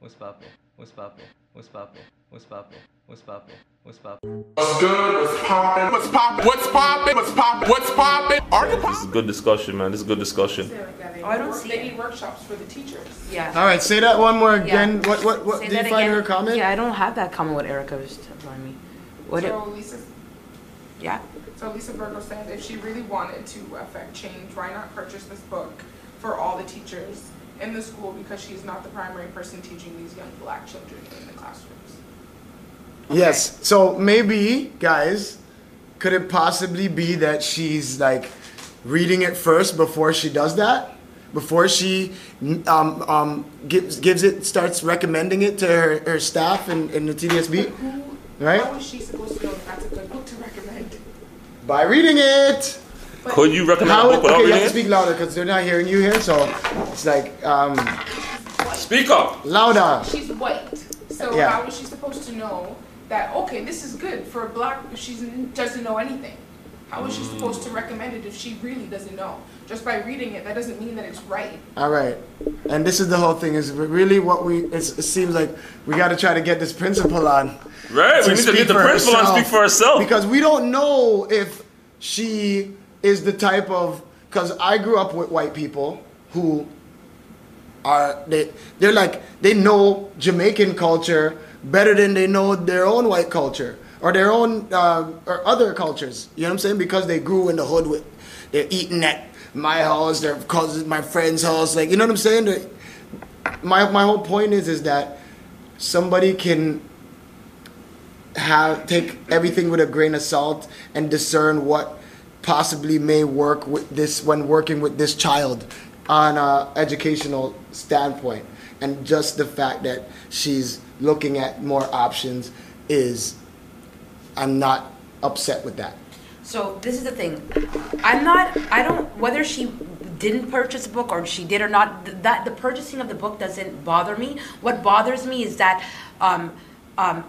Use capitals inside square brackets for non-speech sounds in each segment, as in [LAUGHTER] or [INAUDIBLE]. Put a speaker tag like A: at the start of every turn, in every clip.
A: What's poppin'? What's poppin'? What's poppin'? What's poppin'? What's poppin'? What's poppin'?
B: What's good? What's poppin'? What's poppin'? What's poppin'? What's poppin'? What's poppin'? Are you
C: This is good discussion, man. This is good discussion.
D: Oh, I don't see
E: They
D: it.
E: need workshops for the teachers.
D: Yeah.
F: All right, say that one more
D: Yeah.
F: again. Uh, What what what?
D: Say
F: Did you
D: that
F: find
D: again.
F: her comment?
D: Yeah, I don't have that comment what Erica was telling me. What it,
E: So Lisa,
D: yeah.
E: so Lisa Virgo said if she really wanted to affect change, why not purchase this book for all the teachers in the school because she's not the primary person teaching these young black children in the classrooms.
F: Yes. So maybe, guys, could it possibly be that she's like reading it first before she does that? Before she mm, um, um, gives gives it, starts recommending it to her, her staff in, in the TDSB
E: Who,
F: Right.
E: how is she supposed to know that's a good book to recommend?
F: by reading it.
C: Could you recommend
F: How
C: a book
F: it,
C: without
F: okay, you have to
C: reading
F: speak
C: it?
F: louder because they're not hearing you here. So it's like um,
C: Speak up.
F: louder.
E: She's white, so
F: Yeah.
E: how is she supposed to know that, okay, this is good for a black, if she doesn't know anything? How is she supposed to recommend it if she really doesn't know? Just by reading it, that doesn't mean that it's right.
F: All right, and this is the whole thing. Is really what we. It's, it seems like we got to try to get this principal on.
C: Right,
F: to
C: we need to
F: speak
C: get the
F: for
C: principal and speak for herself.
F: Because we don't know if she is the type of. Because I grew up with white people who are they they're like they know Jamaican culture better than they know their own white culture or their own uh, or other cultures. You know what I'm saying? Because they grew in the hood with they're eating at my house, their cousins, my friend's house. Like you know what I'm saying? They- my my whole point is is that somebody can have take everything with a grain of salt and discern what possibly may work with this when working with this child on a educational standpoint and just the fact that she's looking at more options is i'm not upset with that
D: So this is the thing. I'm not. I don't. Whether she didn't purchase a book or she did or not, th- that the purchasing of the book doesn't bother me. What bothers me is that um, um,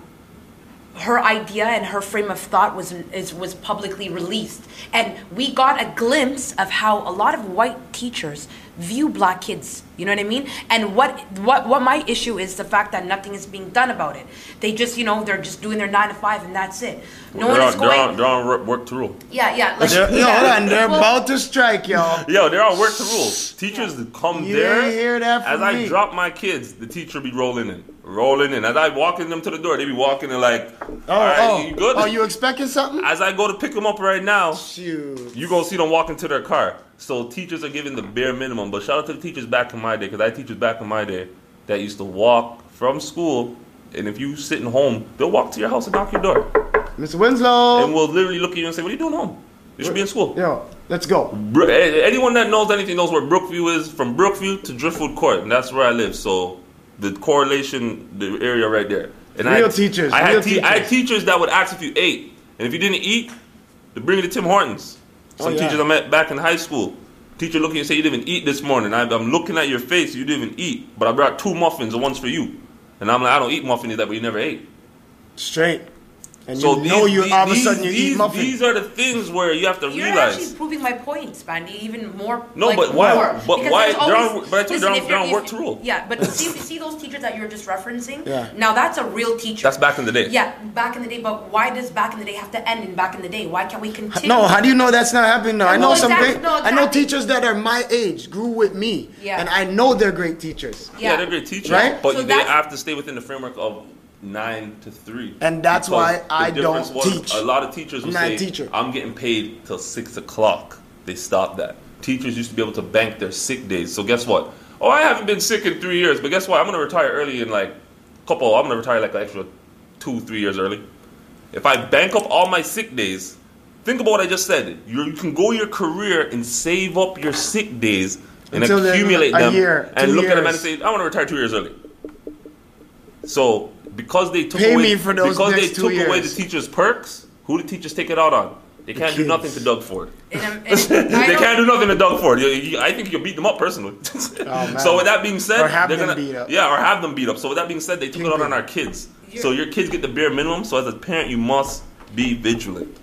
D: her idea and her frame of thought was is, was publicly released, and we got a glimpse of how a lot of white teachers view black kids. You know what I mean? And what what what my issue is the fact that nothing is being done about it. They just you know they're just doing their nine to five and that's it. No one
C: they're,
D: is
C: on,
D: going.
C: they're, on, they're on work- work to rule.
D: Yeah, yeah. Like,
F: they're, no,
D: yeah.
F: hold on, they're
D: Well,
F: about to strike [LAUGHS] y'all
C: Yo, they're on work to rule. Teachers come
F: You
C: there.
F: ain't hear that
C: as
F: from
C: I
F: me.
C: drop my kids, the teacher be rolling in, rolling in. As I walking them to the door, they be walking in like,
F: oh,
C: all right,
F: oh,
C: you good?
F: oh you expecting something
C: as I go to pick them up right now,
F: Shoot.
C: you gonna see them walk into their car. So teachers are giving the bare minimum. But shout out to the teachers back in my day, because I had teachers back in my day that used to walk from school, and if you sitting home, they'll walk to your house and knock your door,
F: mr winslow
C: and will literally look at you and say, "What are you doing home? You should be in school."
F: yo let's go
C: Bro- a- Anyone that knows anything knows where Brookview is. From Brookview to Driftwood Court, and that's where I live. So the correlation, the area right there. And I
F: Real
C: had-
F: teachers,
C: I
F: real
C: had, te- I had
F: teachers.
C: teachers that would ask if you ate, and if you didn't eat, they bring you to Tim Hortons. Some
F: Oh, yeah.
C: teachers I met back in high school. Teacher looking and say you didn't even eat this morning. I, I'm looking at your face. You didn't even eat, but I brought two muffins and one's for you. And I'm like, I don't eat muffins that, but you never ate.
F: straight and
C: So
F: you know
C: these-
F: you all of a
C: these-
F: sudden you
C: these-
F: eat muffins
C: These are the things where you have to
D: You're
C: realize.
D: actually proving my point, Spandy, even more.
C: No,
D: like,
C: but why-
D: more.
C: but
D: Because
C: why-
D: there's
C: they're
D: always-
C: on- but I told you, they're on-
D: if
C: they're on
D: you're-
C: work to rule.
D: Yeah, but see, see those teachers that you're just referencing.
F: Yeah.
D: Now that's a real teacher.
C: That's back in the day.
D: Yeah, back in the day. But why does back in the day have to end in back in the day? Why can't we continue?
F: No, how do you know that's not happening? Now? I
D: No,
F: know
D: exact-
F: some great.
D: no,
F: I know
D: exactly.
F: teachers that are my age grew with me,
D: Yeah.
F: and I know they're great teachers,
C: Yeah,
D: Yeah.
C: they're great teachers,
F: Right?
C: but
D: So
C: they
D: that's-
C: have to stay within the framework of nine to three.
F: and that's
C: Because
F: why
C: the
F: I
C: difference
F: don't
C: was
F: teach.
C: A lot of teachers will
F: I'm not
C: say,
F: a teacher.
C: "I'm getting paid till six o'clock." They stopped that. Teachers used to be able to bank their sick days. So guess what? Oh, I haven't been sick in three years, but guess what? I'm gonna retire early in like a couple. I'm gonna retire like an extra two, three years early. If I bank up all my sick days, think about what I just said. you you can go your career and save up your sick days and
F: Until then,
C: accumulate
F: a
C: them,
F: year,
C: and
F: two
C: look at them and
F: years.
C: say, "I want to retire two years early." So because they took
F: Pay
C: away,
F: me for those
C: because they
F: next two
C: took away the
F: years.
C: teachers' perks, who do teachers take it out on? They can't do
F: kids.
C: nothing to Doug Ford. [LAUGHS]
D: And I'm- and I
C: they
D: don't-
C: can't do nothing to Doug Ford. You- you- I think you'll beat them up personally.
F: Oh,
C: [LAUGHS]
F: man.
C: so with that being said,
F: Or have
C: they're
F: them
C: gonna-
F: beat up.
C: Yeah, or have them beat up. So with that being said, they took it out on
F: Kingpin.
C: our kids. So your kids get the bare minimum. So as a parent, you must be vigilant.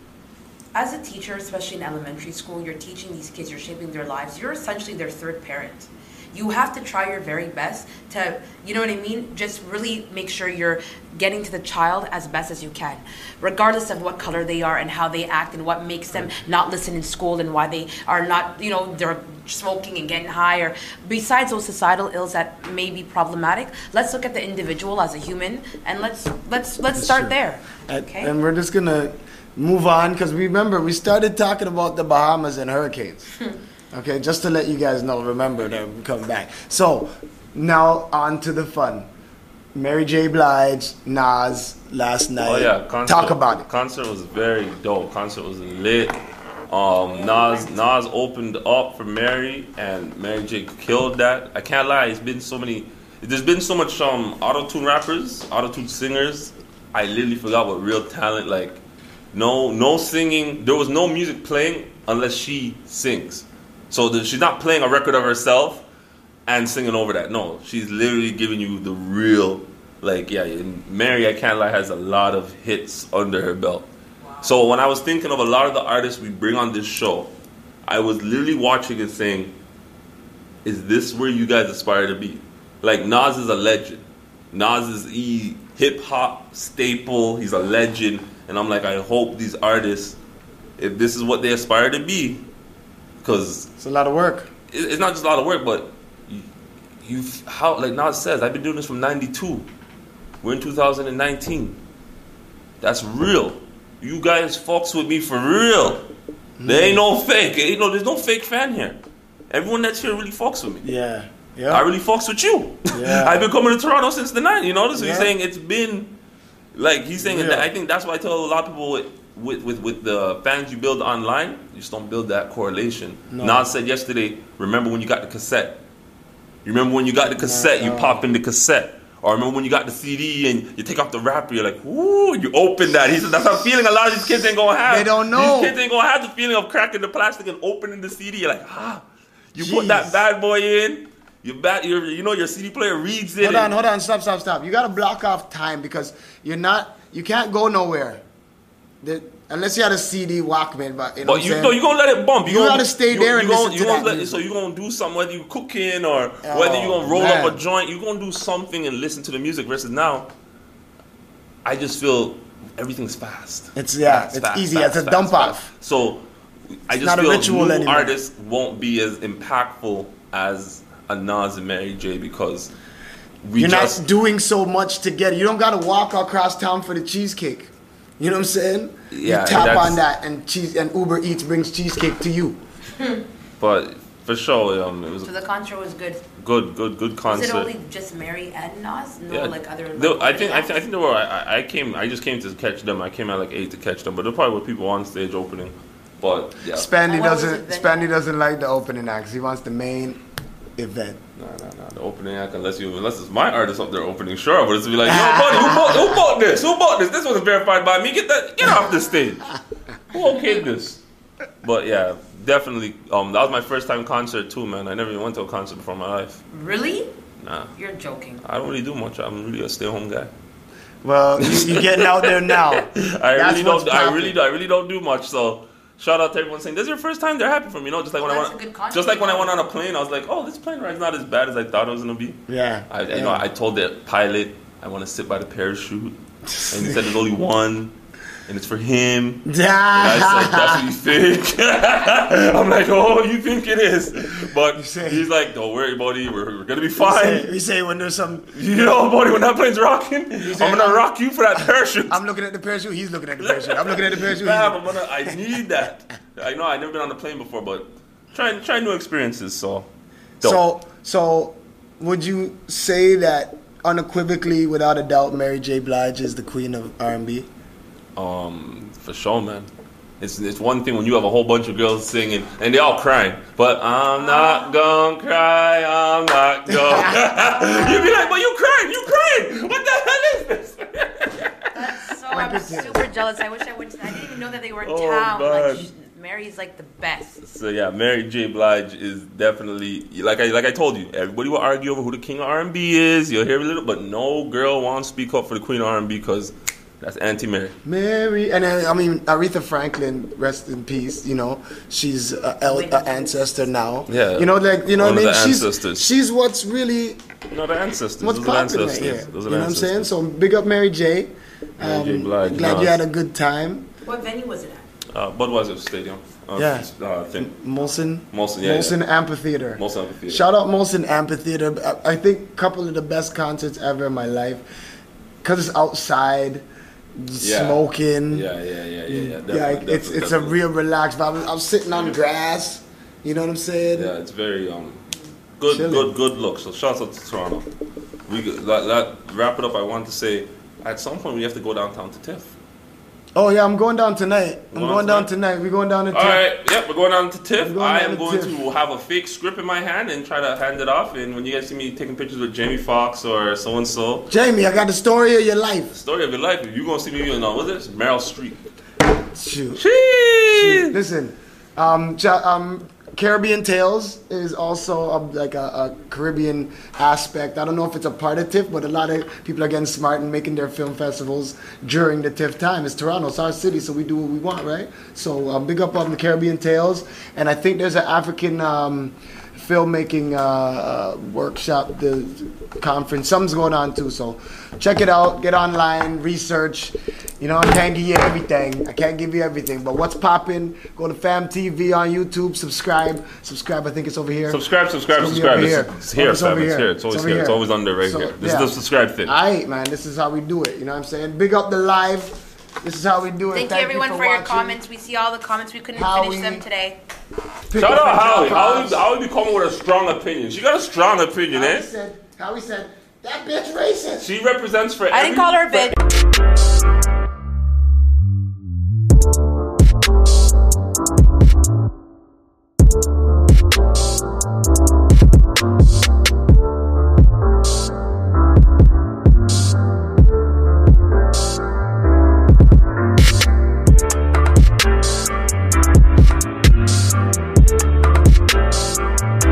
D: As a teacher, especially in elementary school, you're teaching these kids, you're shaping their lives. You're essentially their third parent. you have to try your very best to, you know what I mean? Just really make sure you're getting to the child as best as you can, regardless of what color they are and how they act and what makes them not listen in school and why they are not, you know, they're smoking and getting high or besides those societal ills that may be problematic let's look at the individual as a human and let's let's let's start
F: true.
D: there
F: And,
D: okay
F: and we're just gonna move on because remember we started talking about the Bahamas and
D: [LAUGHS]
F: hurricanes. okay, just to let you guys know, remember to come back. So now on to the fun. Mary J. Blige, Nas, last night.
C: Oh yeah, concert.
F: Talk about it.
C: Concert was very dope. Concert was lit. Um, Nas Nas opened up for Mary, and Mary J killed that. I can't lie. It's been so many. There's been so much um auto tune rappers, auto tune singers. I literally forgot what real talent like. No, no singing. There was no music playing unless she sings. So the, she's not playing a record of herself and singing over that. No, she's literally giving you the real, like, yeah. And Mary, I can't lie, has a lot of hits under her belt. So when I was thinking of a lot of the artists we bring on this show, I was literally watching and saying, "Is this where you guys aspire to be?" Like Nas is a legend. Nas is e hip hop staple. He's a legend, and I'm like, I hope these artists, if this is what they aspire to be, because
F: It's a lot of work.
C: it- it's not just a lot of work, but you, you've how like Nas says, I've been doing this from '92. We're in 2019. That's real. You guys fucks with me for real. There ain't no fake. Ain't no, there's no fake fan here. Everyone that's here really fucks with me.
F: Yeah. Yeah.
C: I really fucks with you.
F: Yeah.
C: [LAUGHS] I've been coming to Toronto since the night. You know, so he's
F: Yeah.
C: saying it's been like he's saying.
F: Yeah.
C: That, I think that's why I tell a lot of people with with with, with the fans you build online, you just don't build that correlation.
F: No.
C: Nas said yesterday, remember when you got the cassette? You remember when you got the cassette? You
F: No.
C: pop in the cassette. Or remember when you got the CD and you take off the wrapper, you're like, "Ooh!" You open that. He said, "That's a feeling a lot of these kids ain't gonna have.
F: They don't know.
C: These kids ain't gonna have the feeling of cracking the plastic and opening the CD. You're like, ah, you put that
F: Jeez.
C: bad boy in. Your bat, your, you know your CD player reads it.
F: Hold on,
C: and-
F: hold on, stop, stop, stop. You gotta block off time because you're not, you can't go nowhere. The, unless you had a CD Walkman, but you
C: But
F: know. what
C: you
F: I'm
C: know
F: saying?
C: you gonna let it bump.
F: You
C: gonna,
F: gotta stay
C: you-
F: there
C: you
F: and
C: gonna-
F: listen to
C: you gonna
F: that
C: let-
F: music.
C: So you gonna do some whether you cooking or whether you gonna
F: Oh,
C: roll up a
F: man.
C: joint. You gonna do something and listen to the music. Versus now, I just feel everything's fast.
F: It's- yeah, it's easy. It's a dump off.
C: So I just
F: not a
C: feel
F: ritual
C: new
F: anymore.
C: artists won't be as impactful as a Nas and Mary J because we
F: You're
C: just
F: not doing so much together. You don't gotta walk across town for the cheesecake. You know what I'm saying?
C: Yeah,
F: you tap
C: that's-
F: on that, and cheese and Uber Eats brings cheesecake to you.
C: But for sure, um, it was
D: so
C: a
D: the concert was good
C: good, good, good
D: was
C: concert.
D: it only just mary and nas no like other
C: There-
D: like,
C: I think I,
D: acts?
C: think I think there were. I- I, I came. I just came to catch them. I came at like eight to catch them, but there probably were people on stage opening. But yeah,
F: Spandy
D: And what was
F: doesn't.
D: it then?
F: Spandy doesn't like the opening acts. He wants the main
C: [LAUGHS]
F: event.
C: no, no, no. The opening act, unless you, unless it's my artist up there opening, sure. But it's be like, yo, buddy, who bought, who bought this? Who bought this? This wasn't verified by me. Get that. Get off the stage. Who okayed this? But yeah, definitely. Um, that was my first time concert too, man. I never even went to a concert before in my life.
D: really
C: Nah,
D: you're joking
C: I don't really do much. I'm really a stay-home guy.
F: Well, you, you're getting out there now.
C: I
F: That's
C: really don't.
F: what's
C: I
F: poppin'.
C: really, do- I really don't do much. So shout out to everyone saying this is your first time. They're happy for me. You know, just like when
D: Well,
C: I
D: that's a good
C: went,
D: concept.
C: just like when I went on a plane, I was like, oh, this plane ride's not as bad as I thought it was gonna be.
F: Yeah.
C: I,
F: yeah.
C: you know, I told the pilot I want to sit by the parachute, and he said there's only one, and it's for him.
F: [LAUGHS]
C: And I said, that's what you think? [LAUGHS] I'm like, oh, you think it is? But
F: said-
C: he's like, don't worry, buddy, we're, we're gonna be
F: We
C: fine. [LAUGHS]
F: say, we say when there's some.
C: You know, buddy, when that plane's rocking,
F: said-
C: I'm gonna rock you for that parachute.
F: I'm looking at the parachute. He's looking at the parachute. I'm looking at the parachute. he's
C: Fam,
F: looking-
C: I'm gonna- I need that. I know I've never been on a plane before, but trying trying new experiences. So,
F: So, so would you say that unequivocally, without a doubt, Mary J. Blige is the queen of R&B?
C: so um, for sure, man. It's, it's one thing when you have a whole bunch of girls singing and they all crying, but I'm not gonna cry. I'm not gonna. [LAUGHS] you be like, but you crying, you crying. What the hell is this? [LAUGHS]
D: so i'm super jealous i wish i went to i didn't even know that they were in
C: Oh,
D: town
C: man.
D: like sh- mary's like the best
C: So yeah, Mary J. Blige is definitely like I like I told you. Everybody will argue over who the king of R and B is. You'll hear a little, but no girl wants to speak up for the queen of R and B because That's Auntie Mary.
F: Mary, and then, I mean Aretha Franklin, rest in peace. You know, she's a, el- a ancestor now.
C: Yeah.
F: You know, like you know,
C: One of
F: what I mean,
C: the
F: she's
C: ancestors.
F: she's what's really
C: No, the ancestors.
F: what's
C: Those are the
F: popular
C: ancestors.
F: here.
C: Those are the
F: you know what I'm saying?
C: ancestors.
F: So big up Mary J. Um,
C: Mary J. Blige,
F: glad
C: no.
F: you had a good time,
D: What venue was it at?
C: Uh, Budweiser Stadium. Uh,
F: Yeah.
C: Uh, thing.
F: Molson.
C: Molson, yeah,
F: Molson Amphitheater.
C: Molson Amphitheater.
F: Shout out Molson Amphitheater. I, I think a couple of the best concerts ever in my life, cause it's outside,
C: Yeah.
F: smoking.
C: Yeah, yeah, yeah, yeah, yeah. Definitely,
F: Yeah, like, it's
C: definitely,
F: it's a
C: definitely.
F: real relaxed vibe. I'm sitting on grass. You know what I'm saying?
C: Yeah, it's very um, good,
F: Chilling.
C: good, good look. So shout out to Toronto. We go- la la wrap it up. I want to say, at some point we have to go downtown to Tiff.
F: Oh yeah, I'm going down tonight. I'm
C: Going
F: going,
C: down
F: down tonight. We're going down to.
C: All right, yep, we're going down to
F: We're
C: Tiff.
F: going
C: I
F: down
C: am
F: to
C: going
F: Tiff.
C: to have a fake script in my hand and try to hand it off. And when you guys see me taking pictures with Jamie Foxx or so and so,
F: Jamie, I got the story of your life.
C: story of your life, you gonna see me in uh, what's this? Meryl Streep.
F: Shoot.
C: Jeez.
F: Listen, um, Ja- um, Caribbean Tales is also a, like a, a Caribbean aspect. I don't know if it's a part of TIFF, but a lot of people are getting smart and making their film festivals during the TIFF time. It's Toronto, it's our city, so we do what we want, right? So um, big up on the Caribbean Tales, and I think there's an African. Um, filmmaking uh, uh, workshop, the conference, something's going on too. So check it out, get online, research. You know, I can't give you everything. I can't give you everything, but what's popping? Go to Fam TV on YouTube. Subscribe, subscribe. I think it's over here.
C: Subscribe, subscribe,
F: It's
C: subscribe.
F: over
C: It's,
F: here.
C: it's here,
F: Oh, it's
C: fam.
F: over
C: It's
F: here.
C: here. It's always
F: It's over
C: here. It's
F: here.
C: always on there right
F: So,
C: here. This
F: yeah.
C: is the subscribe thing.
F: All right, man. This is how we do it. You know what I'm saying? Big up the live. This is how we do it.
D: Thank, you everyone for, your
F: watching.
D: comments. We see all the comments. We couldn't
F: Howie.
D: finish them today.
F: Pick
C: Shout out
F: up and drop
C: Howie. Howie,
F: bombs.
C: Howie be coming with a strong opinion. She got a strong opinion,
F: Howie
C: eh?
F: said. Howie said that bitch racist.
C: She represents for.
D: I didn't call her a bitch.